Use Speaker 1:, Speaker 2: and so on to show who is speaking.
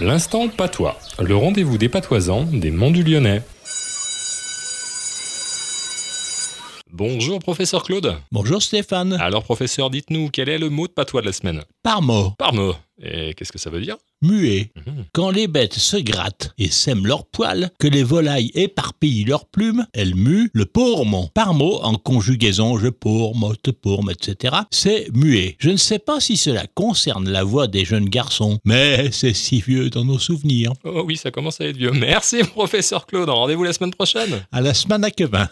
Speaker 1: L'instant patois, le rendez-vous des patoisans des Monts du Lyonnais. Bonjour professeur Claude.
Speaker 2: Bonjour Stéphane.
Speaker 1: Alors professeur, dites-nous quel est le mot de patois de la semaine
Speaker 2: Par mot,
Speaker 1: Par mot. Et qu'est-ce que ça veut dire
Speaker 2: muet.
Speaker 1: Mhm.
Speaker 2: Quand les bêtes se grattent et sèment leurs poils, que les volailles éparpillent leurs plumes, elles muent le pourmon. Par mot, en conjugaison je pourme, te pourme, etc., c'est muet. Je ne sais pas si cela concerne la voix des jeunes garçons, mais c'est si vieux dans nos souvenirs.
Speaker 1: Oh oui, ça commence à être vieux. Merci professeur Claude, rendez-vous la semaine prochaine.
Speaker 2: À la semaine à Quevin.